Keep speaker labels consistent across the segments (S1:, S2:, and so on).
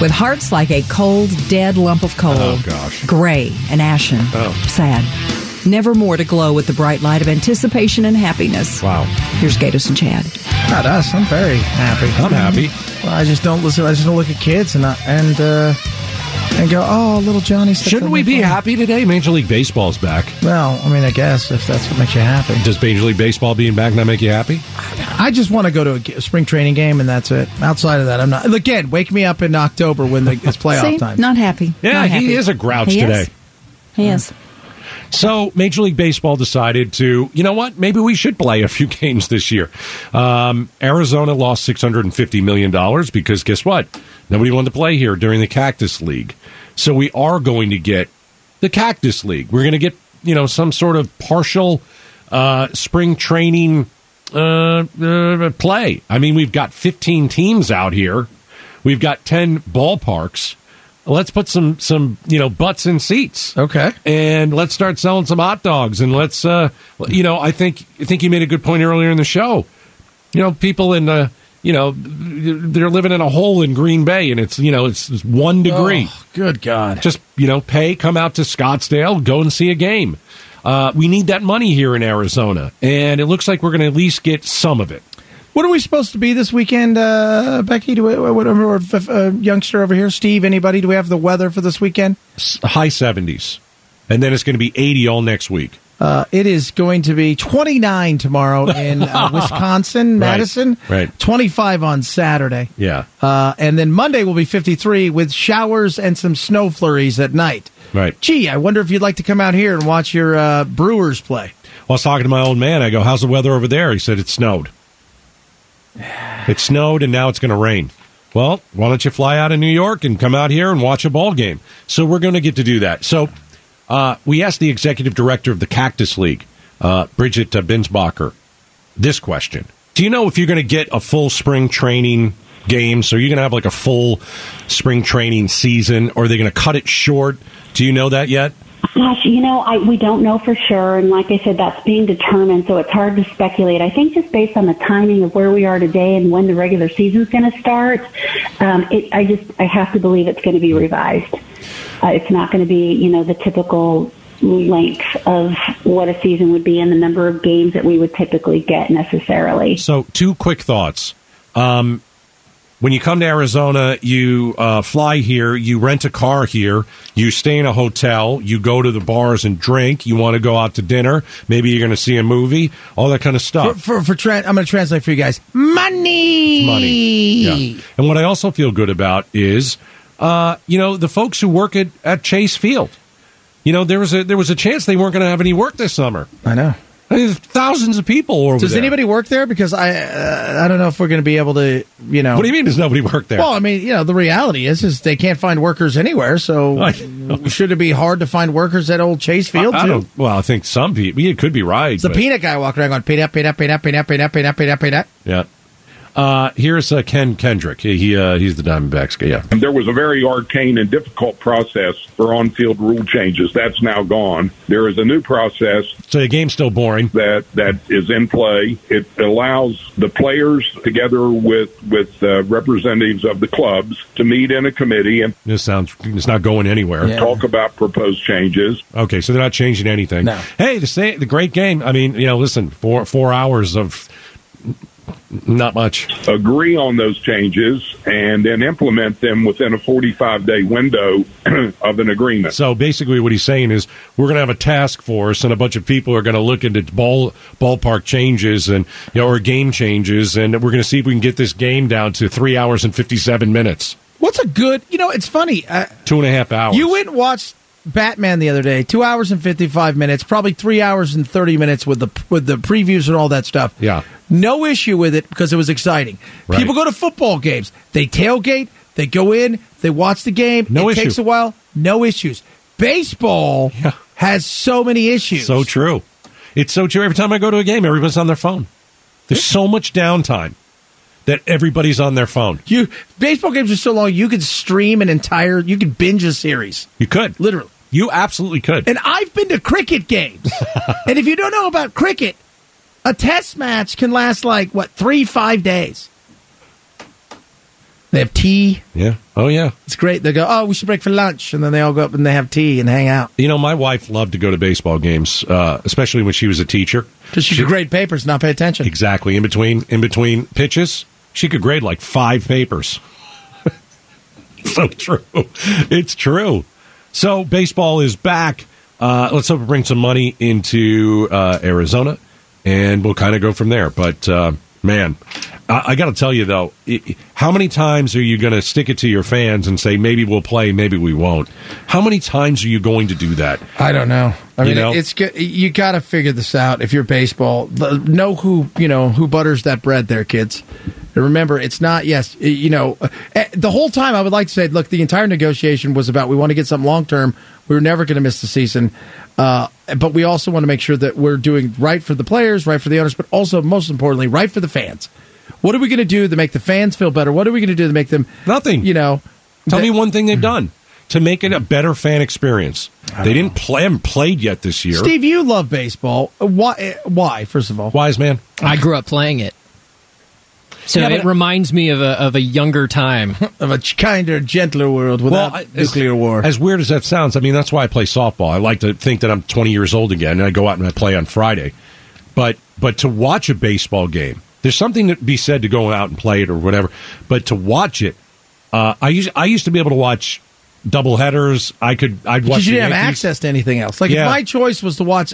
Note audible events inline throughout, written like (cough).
S1: with hearts like a cold, dead lump of coal.
S2: Oh, gosh.
S1: Gray and ashen.
S2: Oh.
S1: Sad. Never more to glow with the bright light of anticipation and happiness.
S2: Wow.
S1: Here's Gatos and Chad.
S3: Not us. I'm very happy.
S2: I'm happy.
S3: Well, I just don't listen. I just don't look at kids and I, and uh, and go, oh, little Johnny. stuck
S2: Shouldn't
S3: on
S2: we
S3: the
S2: be
S3: phone."
S2: happy today? Major League Baseball's back.
S3: Well, I mean, I guess if that's what makes you happy.
S2: Does Major League Baseball being back not make you happy?
S3: I just want to go to a g- spring training game and that's it. Outside of that, I'm not. Again, wake me up in October when the, it's playoff
S1: See?
S3: time.
S1: Not happy.
S2: Yeah,
S1: Not
S2: he
S1: happy.
S2: is a grouch
S1: He
S2: today.
S1: Is. He is.
S2: So Major League Baseball decided to, you know what? Maybe we should play a few (laughs) games this year. Um, Arizona lost six hundred and fifty million dollars because guess what? Nobody wanted to play here during the Cactus League. So we are going to get the Cactus League. We're going to get you know some sort of partial uh, spring training uh, uh, play. I mean, we've got fifteen teams out here. We've got ten ballparks. Let's put some some you know butts in seats
S3: Okay.
S2: and let's start selling some hot dogs and let's uh you know i think i think you made a good point earlier in the show you know people in uh you know they're living in a hole in green bay and it's you know it's, it's one degree
S3: Oh, good God.
S2: just you know pay come out to scottsdale go and see a game uh, we need that money here in arizona and it looks like we're going to at least get some of it
S3: What are we supposed to be this weekend, uh, Becky? Do we, whatever, or f- uh, youngster over here, Steve? Anybody? Do we have the weather for this weekend?
S2: S- high 70s and then it's going to be 80 all next week
S3: Uh, it is going to be 29 tomorrow
S2: (laughs)
S3: in uh, Wisconsin, Madison.
S2: right.
S3: 25 on Saturday.
S2: yeah
S3: Uh, and then Monday will be 53 with showers and some snow flurries at night.
S2: Right.
S3: Gee, I wonder if you'd like to come out here and watch your uh, Brewers play.
S2: I was talking to my old man. I go, "How's the weather over there?" He said, "It snowed. It snowed, and now it's going to rain." Well, why don't you fly out of New York and come out here and watch a ball game? So we're going to get to do that. So uh, we asked the executive director of the Cactus League, uh, Bridget uh, Binsbacher, this question: Do you know if you're going to get a full spring training game? So you're going to have like a full spring training season, or are they going to cut it short? Do you know that yet?
S4: Gosh, you know, I, we don't know for sure. And like I said, that's being determined, so it's hard to speculate. I think just based on the timing of where we are today and when the regular season's going to start, um, it, I just, I have to believe it's going to be revised. Uh, it's not going to be, you know, the typical length of what a season would be and the number of games that we would typically get necessarily.
S2: So, two quick thoughts. Um, when you come to Arizona, you uh, fly here, you rent a car here, you stay in a hotel, you go to the bars and drink, you want to go out to dinner, maybe you're going to see a movie, all that kind of
S3: For,
S2: stuff.
S3: for, for tran I'm going to translate for you guys. Money.
S2: Money. Yeah. And what I also feel good about is, uh, you know, the folks who work at, at Chase Field. You know, there was a there was a chance they weren't going to have any work this summer.
S3: I know.
S2: I mean, there's thousands of people over
S3: Does
S2: there.
S3: anybody work there? Because I, uh, I don't know if we're going to be able to, you know.
S2: What do you mean? Does nobody work there?
S3: Well, I mean, you know, the reality is, is they can't find workers anywhere. So,
S2: (laughs) I
S3: should it be hard to find workers at old Chase Field?
S2: I, I
S3: too?
S2: don't. Well, I think some people. It could be right.
S3: It's the
S2: but-
S3: peanut guy walking around going peanut, peanut, peanut, peanut, peanut, peanut, peanut, peanut.
S2: Yeah. Uh, here's uh, Ken Kendrick. He, he uh, he's the Diamondbacks guy. Yeah.
S5: And there was a very arcane and difficult process for on field rule changes. That's now gone. There is a new process
S2: So the game's still boring.
S5: that, that is in play. It allows the players, together with, with uh, representatives of the clubs, to meet in a committee and
S2: This sounds. It's not going anywhere.
S3: Yeah.
S5: talk about proposed changes.
S2: Okay, so they're not changing anything.
S3: No.
S2: Hey, the sa- the great game. I mean, you know, listen, four four hours of not much.
S5: agree on those changes and then implement them within a 45 day window (clears throat) of an agreement.
S2: So basically, what he's saying is we're going to have a task force, and a bunch of people are going to look into ball ballpark changes and you know, or game changes, and we're going to see if we can get this game down to three hours and fifty seven minutes,
S3: What's a good? You know, it's funny. Uh,
S2: two and a half hours.
S3: you went and watched Batman the other day, two hours and fifty-five minutes, probably three hours and thirty minutes with the with the previews and all that stuff.
S2: Yeah.
S3: no issue with it because it was exciting.
S2: Right.
S3: People go to football games, they tailgate, they go in, they watch the game.
S2: No
S3: it
S2: issue.
S3: takes a while, no issues. Baseball
S2: Yeah.
S3: has so many issues.
S2: So true. It's so true. Every time I go to a game, everybody's on their phone. There's so much downtime that everybody's on their phone.
S3: You baseball games are so long. You could stream an entire. You could binge a series.
S2: You could.
S3: Literally.
S2: You absolutely could.
S3: And I've been to cricket games. and if you don't know about cricket, a test match can last like what three five days. They have tea.
S2: Yeah. Oh, yeah.
S3: It's great. They go, oh, we should break for lunch, and then they all go up and they have tea and hang out.
S2: You know, my wife loved to go to baseball games, uh, especially when she was a teacher.
S3: Because she could grade papers, not pay attention.
S2: Exactly. In between, in between pitches, she could grade like five papers. (laughs) so true. It's true. So baseball is back. Uh, let's hope it brings some money into uh, Arizona, and we'll kind of go from there. But uh, man, I, I got to tell you though, i how many times are you going to stick it to your fans and say maybe we'll play, maybe we won't? How many times are you going to do that?
S3: I don't know. I
S2: You
S3: mean,
S2: know?
S3: it's good. You got to figure this out if you're baseball. The- Know who you know who butters that bread, there, kids. And remember, it's not yes. You know, eh, the whole time I would like to say, look, the entire negotiation was about we want to get something long term. We were never going to miss the season, uh, but we also want to make sure that we're doing right for the players, right for the owners, but also most importantly, right for the fans. What are we going to do to make the fans feel better? What are we going to do to make them
S2: Nothing.
S3: You know,
S2: Tell
S3: that- Hmm.
S2: me one thing they've done to make it a better fan experience. They didn't play haven't played yet this year.
S3: Steve, you love baseball. Why? eh, Why? First of all,
S2: Wise man.
S6: I grew up playing it. So
S3: Yeah, but-
S6: it reminds me of a, of a younger time.
S3: of a ch- kinder, gentler world without
S2: I- as-
S3: nuclear war.
S2: As weird as that sounds, I mean that's why I play softball. I like to think that I'm 20 years old again, and I go out and I play on Friday. But but to watch a baseball game, there's something to be said to going out and play it or whatever. But to watch it, uh, I used I used to be able to watch double headers. I could I'd watch.
S3: because you
S2: the
S3: didn't have
S2: Yankees.
S3: access to anything else. Like
S2: Yeah.
S3: if my choice was to watch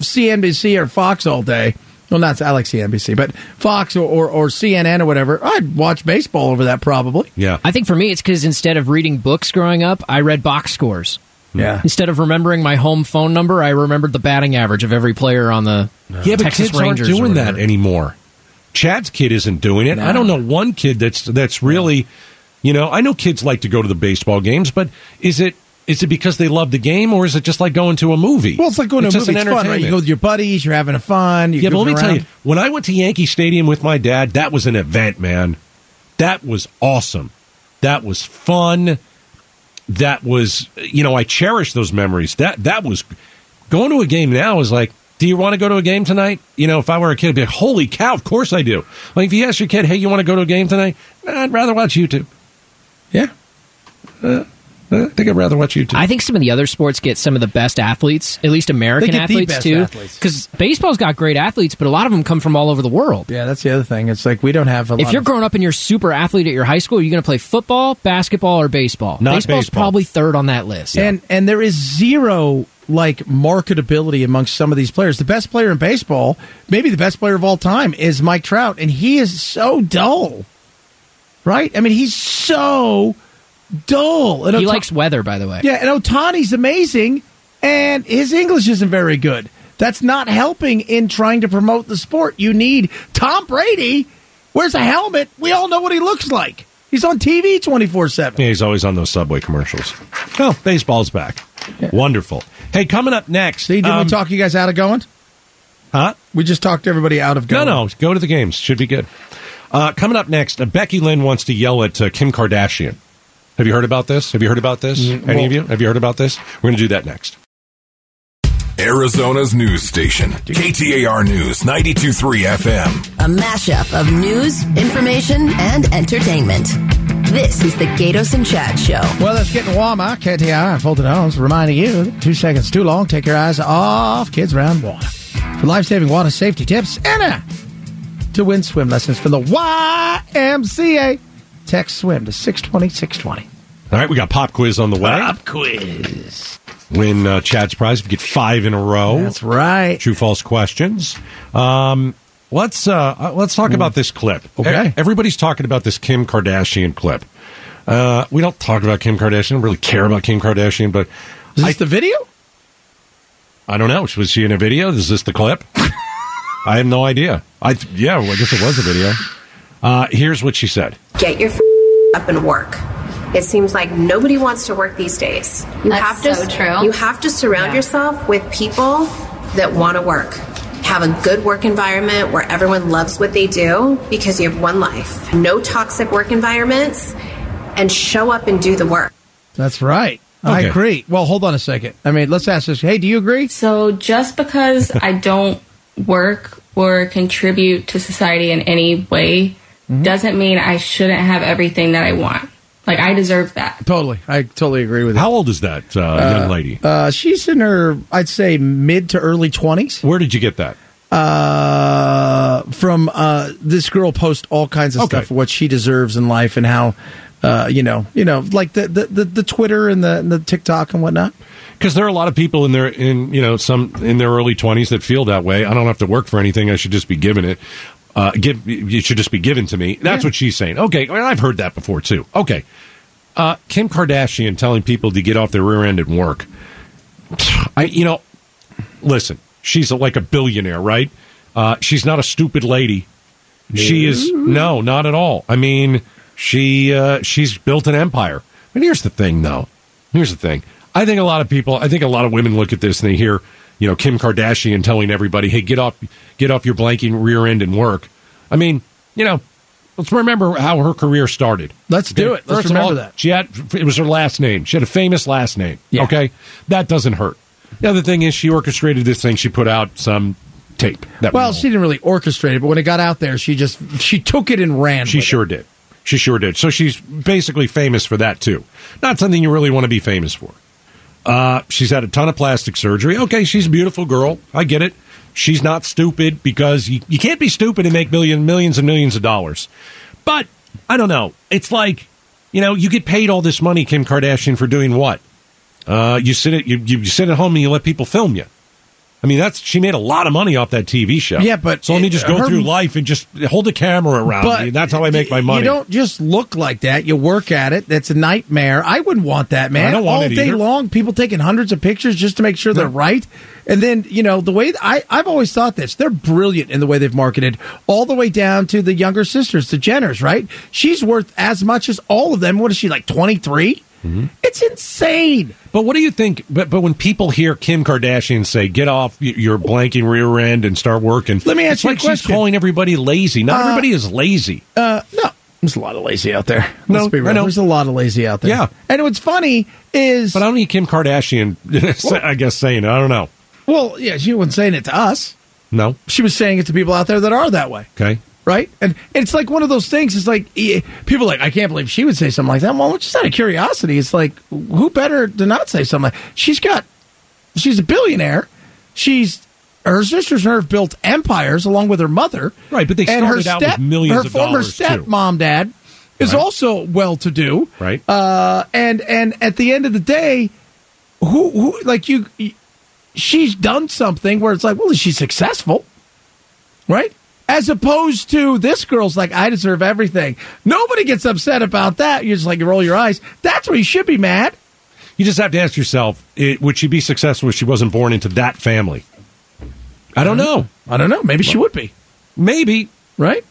S3: CNBC or Fox all day, well, not I like CNBC, but Fox or, or, or CNN or whatever, I'd watch baseball over that probably.
S2: Yeah,
S6: I think for me, it's because instead of reading books growing up, I read box scores.
S3: Yeah,
S6: Instead of remembering my home phone number, I remembered the batting average of every player on the
S2: yeah, but
S6: Texas
S2: kids
S6: Rangers. or
S2: aren't doing
S6: whatever.
S2: that anymore. Chad's kid isn't doing it. I don't know one kid that's that's really, you know. I know kids like to go to the baseball games, but is it is it because they love the game, or is it just like going to a movie?
S3: Well, it's like going to a
S2: just
S3: movie.
S2: an
S3: It's fun, right? You
S2: entertainment.
S3: go with your buddies, you're having a fun. You're
S2: yeah, but let me
S3: goofing
S2: tell
S3: around.
S2: you, when I went to Yankee Stadium with my dad, that was an event, man. That was awesome. That was fun. That was, you know, I cherish those memories. That that was going to a game now is like, do you want to go to a game tonight? You know, if I were a kid, I'd be like, holy cow, of course I do. Like if you ask your kid, hey, you want to go to a game tonight? Nah, I'd rather watch YouTube.
S3: Yeah,
S2: Uh, I think I'd rather watch YouTube.
S6: I think some of the other sports get some of the best athletes, at least American
S3: They get the
S6: athletes
S3: best
S6: too.
S3: athletes.
S6: Because baseball's got great athletes, but a lot of them come from all over the world.
S3: yeah. That's the other thing. It's like we don't have a.
S6: If
S3: lot
S6: you're
S3: of-
S6: growing up and you're a super athlete at your high school, you're going to play football, basketball, or baseball.
S2: Not
S6: Baseball's
S2: baseball.
S6: probably third on that list.
S3: and and there is zero like marketability amongst some of these players. The best player in baseball, maybe the best player of all time, is Mike Trout, and he is so dull. Right? I mean, he's so dull. And
S6: he
S3: Ota-
S6: likes weather, by the way.
S3: yeah, and Otani's amazing, and his English isn't very good. That's not helping in trying to promote the sport. You need Tom Brady. Wears a helmet. We all know what he looks like. He's on TV twenty four seven.
S2: Yeah, he's always on those Subway commercials. Oh, baseball's back. Wonderful. Hey, coming up next.
S3: See, didn't
S2: um,
S3: we talk you guys out of going?
S2: Huh?
S3: We just talked everybody out of
S2: No,
S3: going.
S2: no, go to the games. Should be good. Uh, coming up next, uh, Becky Lynn wants to yell at uh, Kim Kardashian. Have you heard about this? Have you heard about this?
S3: Mm,
S2: Any of you? Have you heard about this? We're going to do that next.
S7: Arizona's news station, KTAR News 923 FM.
S8: A mashup of news, information, and entertainment. This is the Gatos and Chad Show.
S3: Well, it's getting warmer. KTR and Fulton Homes reminding you that two seconds too long. Take your eyes off kids around water. For life saving water safety tips and a to win swim lessons from the YMCA. Text swim to 620 620.
S2: All right, we got pop quiz on the way.
S3: quiz.
S2: Win uh, Chad's prize. We get five in a row.
S3: That's right.
S2: True false questions. Um, let's uh, uh, let's talk about this clip.
S3: Mm. Okay.
S2: E- everybody's talking about this Kim Kardashian clip. Uh, we don't talk about Kim Kardashian. Don't really care about Kim Kardashian, but
S3: Is this the video?
S2: I don't know. Was she in a video? Is this the clip? I have no idea. I th- yeah, well, I guess it was a video. Uh, here's what she said.
S9: Get your f- up and work. It seems like nobody wants to work these days. You
S10: That's
S9: have to
S10: so true.
S9: You have to surround
S10: Yeah.
S9: yourself with people that want to work. Have a good work environment where everyone loves what they do because you have one life. No toxic work environments and show up and do the work.
S3: That's right. I
S2: Okay.
S3: agree. Well, hold on a second. I mean, let's ask this. Hey, do you agree?
S10: So just
S9: (laughs)
S10: because I don't work or contribute to society in any way
S9: Mm-hmm.
S10: doesn't mean I shouldn't have everything that I want. Like I deserve that.
S3: Totally. I totally agree with you.
S2: How old is that uh, young lady?
S3: Uh, she's in her, I'd say, mid to early 20s.
S2: Where did you get that?
S3: Uh, from uh, this girl posts all kinds of
S2: Okay.
S3: stuff, what she deserves in life and how, uh, you know, you know, like the, the, the, the Twitter and the, and the TikTok and whatnot.
S2: Because there are a lot of people in their in you know some in their early twenties that feel that way. I don't have to work for anything. I should just be given it. Uh, give it should just be given to me. That's what she's saying. Okay, I mean, I've heard that before too. Okay, uh, Kim Kardashian telling people to get off their rear end and work. I you know, listen, she's like a billionaire, right? Uh, she's not a stupid lady. She is no, not at all. I mean, she uh, she's built an empire. And here's the thing, though. Here's the thing. I think a lot of people. I think a lot of women look at this and they hear, you know, Kim Kardashian telling everybody, "Hey, get off, get off your blanking rear end and work." I mean, you know, let's remember how her career started.
S3: Let's do it. Let's
S2: First of all,
S3: remember that.
S2: She had it was her last name. She had a famous last name.
S3: Yeah.
S2: Okay, that doesn't hurt. The other thing is she orchestrated this thing. She put out some tape. That
S3: Well,
S2: we
S3: she didn't really orchestrate it, but when it got out there, she just, she took it and ran.
S2: She
S3: with it.
S2: sure did. She sure did. So she's basically famous for that too. Not something you really want to be famous for. Uh, she's had a ton of plastic surgery. Okay, she's a beautiful girl. I get it. She's not stupid because you, you can't be stupid and make million millions and millions of dollars. But I don't know. It's like you know you get paid all this money, Kim Kardashian, for doing what? Uh, you sit at you, you sit at home and you let people film you. I mean, that's she made a lot of money off that TV show.
S3: Yeah, but
S2: so let me
S3: it-
S2: just go
S3: her-
S2: through life and just hold the camera around me. Um, That's how I make my money.
S3: You don't just look like that. You work at it. That's a nightmare. I wouldn't want that, man.
S2: I don't want
S3: All
S2: it
S3: day
S2: either.
S3: long, people taking hundreds of pictures just to make sure they're right. And then, you know, the way I, I've always thought this, they're brilliant in the way they've marketed, all the way down to the younger sisters, the Jenners, right? She's worth as much as all of them. What is she, like 23?
S2: Mm-hmm.
S3: It's insane.
S2: But what do you think? But but when people hear Kim Kardashian say, "Get off y- your blanking rear end and start working,"
S3: Let me
S2: it's
S3: ask you a
S2: like she's
S3: question.
S2: calling everybody lazy. Not everybody is lazy.
S3: Uh, no, there's a lot of lazy out there.
S2: No,
S3: Let's be
S2: I
S3: real.
S2: know.
S3: There's a lot of lazy out there.
S2: Yeah.
S3: And what's funny is,
S2: but I don't need Kim Kardashian. (laughs) I guess saying it. I don't know.
S3: well, yeah, she wasn't saying it to us.
S2: No.
S3: she was saying it to people out there that are that way.
S2: Okay.
S3: Right? And it's like one of those things. It's like eh, people are like, I can't believe she would say something like that. Well, just out of curiosity, it's like, who better to not say something like She's got, she's a billionaire. She's, her sisters and her have built empires along with her mother.
S2: Right, but they
S3: and her
S2: started out
S3: step,
S2: with millions
S3: her
S2: of
S3: former
S2: dollars, too.
S3: stepmom, dad, is
S2: Right.
S3: also well to do.
S2: Right.
S3: Uh, and, and at the end of the day, who, who, like you, she's done something where it's like, well, is she successful? right? As opposed to this girl's like, I deserve everything. Nobody gets upset about that. You're just like, you roll your eyes. That's where you should be mad.
S2: You just have to ask yourself: it, Would she be successful if she wasn't born into that family? I don't know.
S3: I don't know. Maybe she would be,
S2: Maybe. (laughs)
S3: right?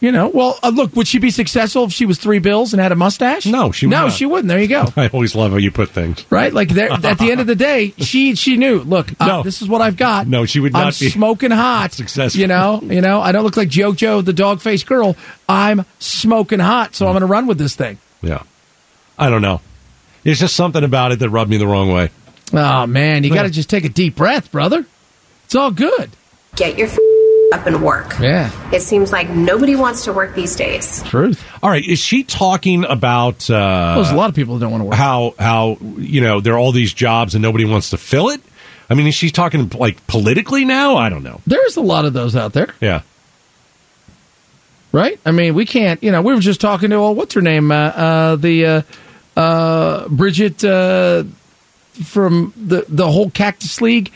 S3: You know, well, uh, look, would she be successful if she was three bills and had a mustache?
S2: No, she would
S3: no,
S2: not.
S3: she wouldn't. There you go.
S2: I always love how you put things.
S3: Right, like there, at the end of the day, she she knew. Look, uh,
S2: No.
S3: this is what I've got.
S2: No, she would
S3: I'm
S2: not be (laughs)
S3: smoking hot.
S2: successful.
S3: You know, you know. I don't look like JoJo, the dog faced girl. I'm smoking hot, so I'm going to run with this thing.
S2: Yeah. I don't know. It's just something about it that rubbed me the wrong way.
S3: Oh man, you
S2: Yeah.
S3: got to just take a deep breath, brother. It's all good.
S9: Get your f- up and work.
S3: Yeah,
S9: It seems like nobody wants to work these days.
S3: truth.
S2: All right. Is she talking about? Uh,
S3: There's a lot of people that don't want to work.
S2: how how you know there are all these jobs and nobody wants to fill it. I mean, is she talking like politically now? I don't know.
S3: There's a lot of those out there,
S2: Yeah,
S3: right? I mean, we can't. You know, we were just talking to well, what's her name? Uh, uh, the uh, uh, Bridget uh, from the the whole Cactus League.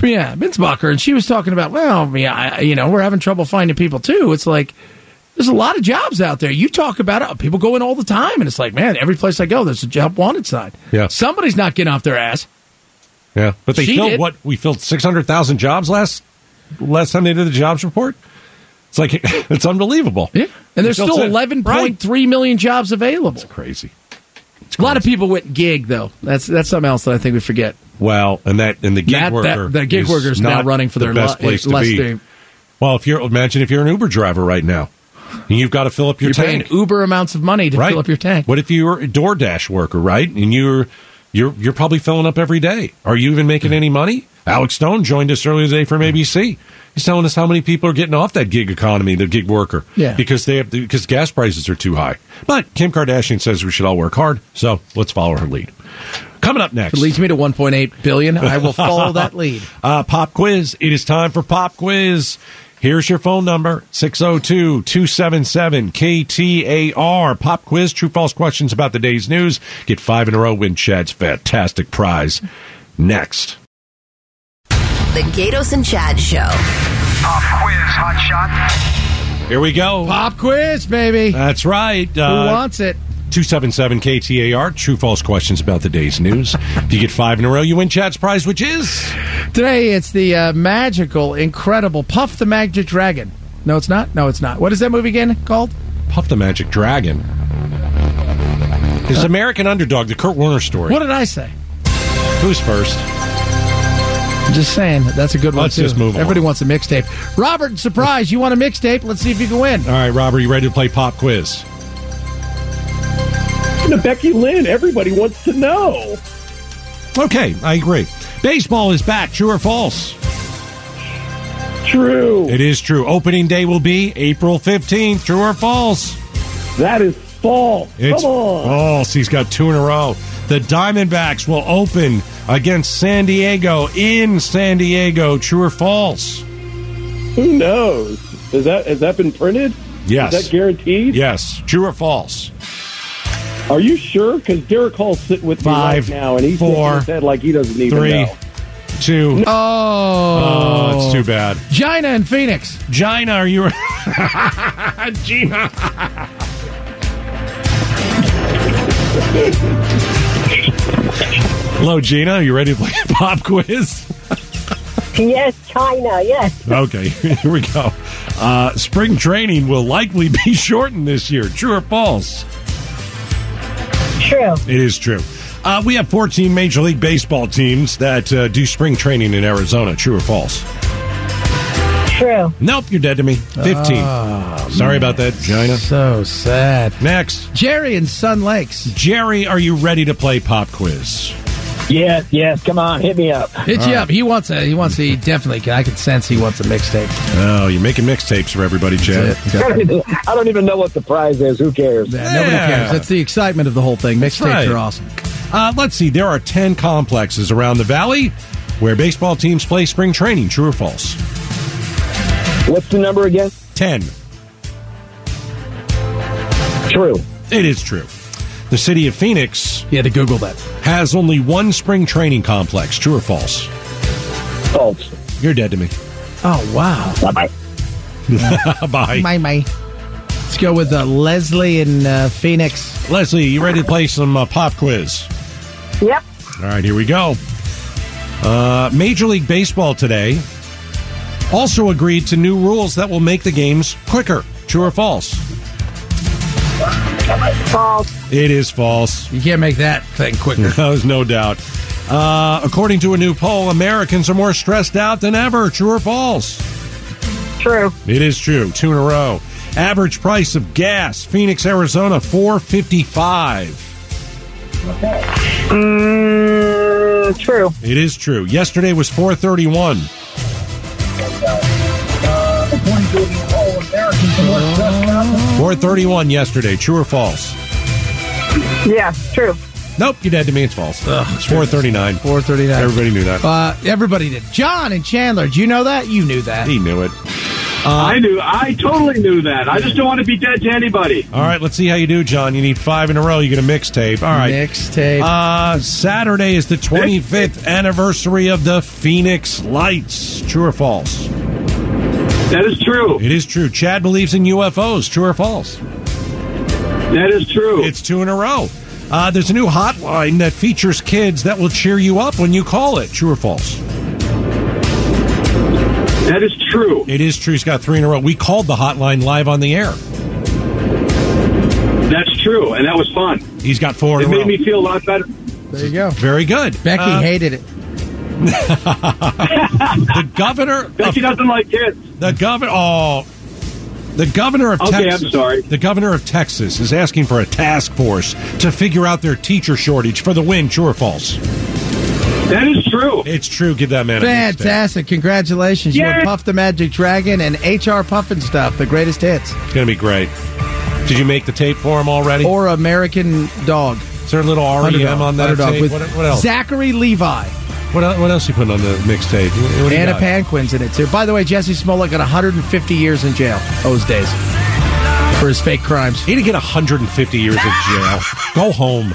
S3: Yeah, Mintzbacher, and she was talking about well, yeah, I, you know, we're having trouble finding people too. It's like there's a lot of jobs out there. You talk about it, people go in all the time, and it's like, man, every place I go, there's a job wanted sign.
S2: Yeah.
S3: somebody's not getting off their ass.
S2: yeah. But they
S3: She
S2: filled
S3: did.
S2: what we filled six hundred thousand jobs last last time they did the jobs report. It's like (laughs) it's unbelievable.
S3: Yeah. And there's
S2: They filled
S3: still
S2: it.
S3: eleven point
S2: Right.
S3: three million jobs available.
S2: Crazy.
S3: A lot of people went gig though. That's that's something else that I think we forget.
S2: Well, and that and the gig
S3: That- that-
S2: worker,
S3: the gig
S2: is
S3: worker's now
S2: not
S3: running for
S2: the
S3: their
S2: best
S3: li-
S2: place to
S3: less
S2: be.
S3: they-
S2: Well, if you're imagine if you're an Uber driver right now, and you've got to fill up your
S3: You're
S2: tank.
S3: paying Uber amounts of money to
S2: right?
S3: fill up your tank.
S2: What if you're a DoorDash worker, right? And you're you're you're probably filling up every day. Are you even making any money? Alex Stone joined us earlier today from ABC. He's telling us how many people are getting off that gig economy, the gig worker,
S3: Yeah.
S2: because they have because gas prices are too high. But Kim Kardashian says we should all work hard, so let's follow her lead. Coming up next,
S3: If it leads me to 1.8 billion,
S2: (laughs)
S3: I will follow that lead.
S2: Uh, pop quiz. It is time for pop quiz. Here's your phone number 602 277 KTAR. Pop quiz, true false questions about the day's news. Get five in a row, win Chad's fantastic prize. Next.
S8: The Gatos and Chad Show.
S11: Pop quiz, hot shot.
S2: Here we go.
S3: Pop quiz, baby.
S2: That's right. Uh, Who
S3: wants it?
S2: 277 KTAR, true false questions about the day's news. if you get five in a row, you win Chad's prize, which is.
S3: Today it's the uh, magical, incredible Puff the Magic Dragon. No, it's not. No, it's not. What is that movie again called?
S2: Puff the Magic Dragon. This is American Underdog, the Kurt Warner story.
S3: What did I say?
S2: Who's first?
S3: I'm just saying that's a good one.
S2: Let's
S3: too.
S2: just move on.
S3: Everybody wants a mixtape. Robert, surprise! You want a mixtape? Let's see if you can win.
S2: All right, Robert, you ready to play pop quiz?
S12: to Becky Lynn. Everybody wants to know.
S2: Okay, I agree. Baseball is back. True or false?
S12: True.
S2: It is true. Opening day will be April 15th. True or false?
S12: That is false.
S2: It's
S12: Come on.
S2: false. He's got two in a row. The Diamondbacks will open against San Diego in San Diego. True or false? (laughs)
S12: Who knows? Is that has that been printed?
S2: Yes.
S12: Is that guaranteed?
S2: Yes. True or false?
S12: Are you sure? Because Derek Hall's sitting with
S2: Five,
S12: me right now, and he's shaking
S2: four,
S12: his head like he doesn't even
S2: Three,
S12: know.
S2: two.
S3: Oh,
S2: oh, it's too bad.
S3: Gina and Phoenix.
S2: Gina, are you?
S11: Gina.
S2: Hello, Gina. Are you ready to play pop quiz?
S13: Yes, China. Yes.
S2: Okay, (laughs) here we go. Uh, spring training will likely be (laughs) shortened this year. True or false?
S13: True.
S2: It is true. Uh, we have 14 Major League Baseball teams that uh, do spring training in Arizona. True or false?
S13: True.
S2: Nope, you're dead to me. 15.
S3: Ah,
S2: Sorry about that, Gina.
S3: So sad.
S2: Next.
S3: Jerry and Sun Lakes.
S2: Jerry, are you ready to play pop quiz?
S12: Yes, yes. Come on, hit me up.
S3: Hit you up. He wants a. He wants. A, he definitely. can- I can sense he wants a mixtape.
S2: Oh, you're making mixtapes for everybody, Chad.
S3: That's it.
S12: (laughs) I don't even know what the prize is. Who cares?
S3: Nobody cares. That's the excitement of the whole thing. Mixtapes
S2: right.
S3: are awesome.
S2: Uh, let's see. There are 10 complexes around the valley where baseball teams play spring training. True or false?
S12: What's the number again?
S2: 10.
S12: True.
S2: It is true. The city of Phoenix.
S3: You had to Google that.
S2: Has only one spring training complex. True or false?
S12: False.
S2: You're dead to me. (laughs)
S3: Oh wow.
S12: bye.
S2: Bye.
S3: My my. Let's go with uh, Leslie and uh, Phoenix.
S2: Leslie, you ready to play some uh, pop quiz?
S13: Yep.
S2: All right, here we go. Uh, Major League Baseball today also agreed to new rules that will make the games quicker. True or false?
S13: False.
S2: It is false. (laughs)
S3: You can't make that thing quicker.
S2: There's no doubt. Uh, according to a new poll, Americans are more stressed out than ever. True or false?
S13: True.
S2: It is true. Two in a row. Average price of gas, Phoenix, Arizona, four fifty-five.
S13: Mm, true.
S2: It is true. Yesterday was four thirty-one. Four thirty-one yesterday. True or false?
S13: Yeah. True.
S2: Nope, you dead to me. It's false. it's four thirty-nine.
S3: Four thirty-nine.
S2: Everybody knew that.
S3: Uh, everybody did. John and Chandler. Do you know that? You knew that.
S2: he knew it. uh,
S11: I knew. I totally knew that. I just don't want to be dead to anybody.
S2: All right, let's see how you do, John. You need five in a row. You get a mixtape. All right.
S3: Mixtape.
S2: Uh, Saturday is the 25th anniversary of the Phoenix Lights. True or false?
S11: That is true.
S2: It is true. Chad believes in UFOs. True or false?
S11: That is true.
S2: It's two in a row. Uh, there's a new hotline that features kids that will cheer you up when you call it. True or false?
S11: That is true.
S2: It is true. He's got three in a row. We called the hotline live on the air.
S11: That's true. And that was fun.
S2: He's got four
S11: It
S2: in a row.
S11: made me feel a lot better.
S3: There you go.
S2: Very good.
S3: Becky
S2: Uh,
S3: hated it.
S2: the governor.
S11: Becky doesn't like kids.
S2: The governor. Oh, the governor of
S11: Okay, I'm
S2: Texas.
S11: sorry.
S2: The governor of Texas is asking for a task force to figure out their teacher shortage for the win. True or false?
S11: That is true.
S2: It's true. Give that man a big stick.
S3: Fantastic. Congratulations. You were
S2: Yay.
S3: Puff the Magic Dragon and HR Puffin Stuff, the greatest hits.
S2: It's going to be great. Did you make the tape for him already?
S3: Or American Dog.
S2: Is there a little REM
S3: Oh. Underdog,
S2: on that
S3: Underdog
S2: tape?
S3: with
S2: What, what else?
S3: Zachary Levi.
S2: What, el- what else you putting on the mixtape? What- what do you
S3: Anna
S2: got?
S3: Panquin's in it, too. By the way, Jesse Smollett got 150 years in jail those days for his fake crimes.
S2: He didn't get 150 years in jail. Go home.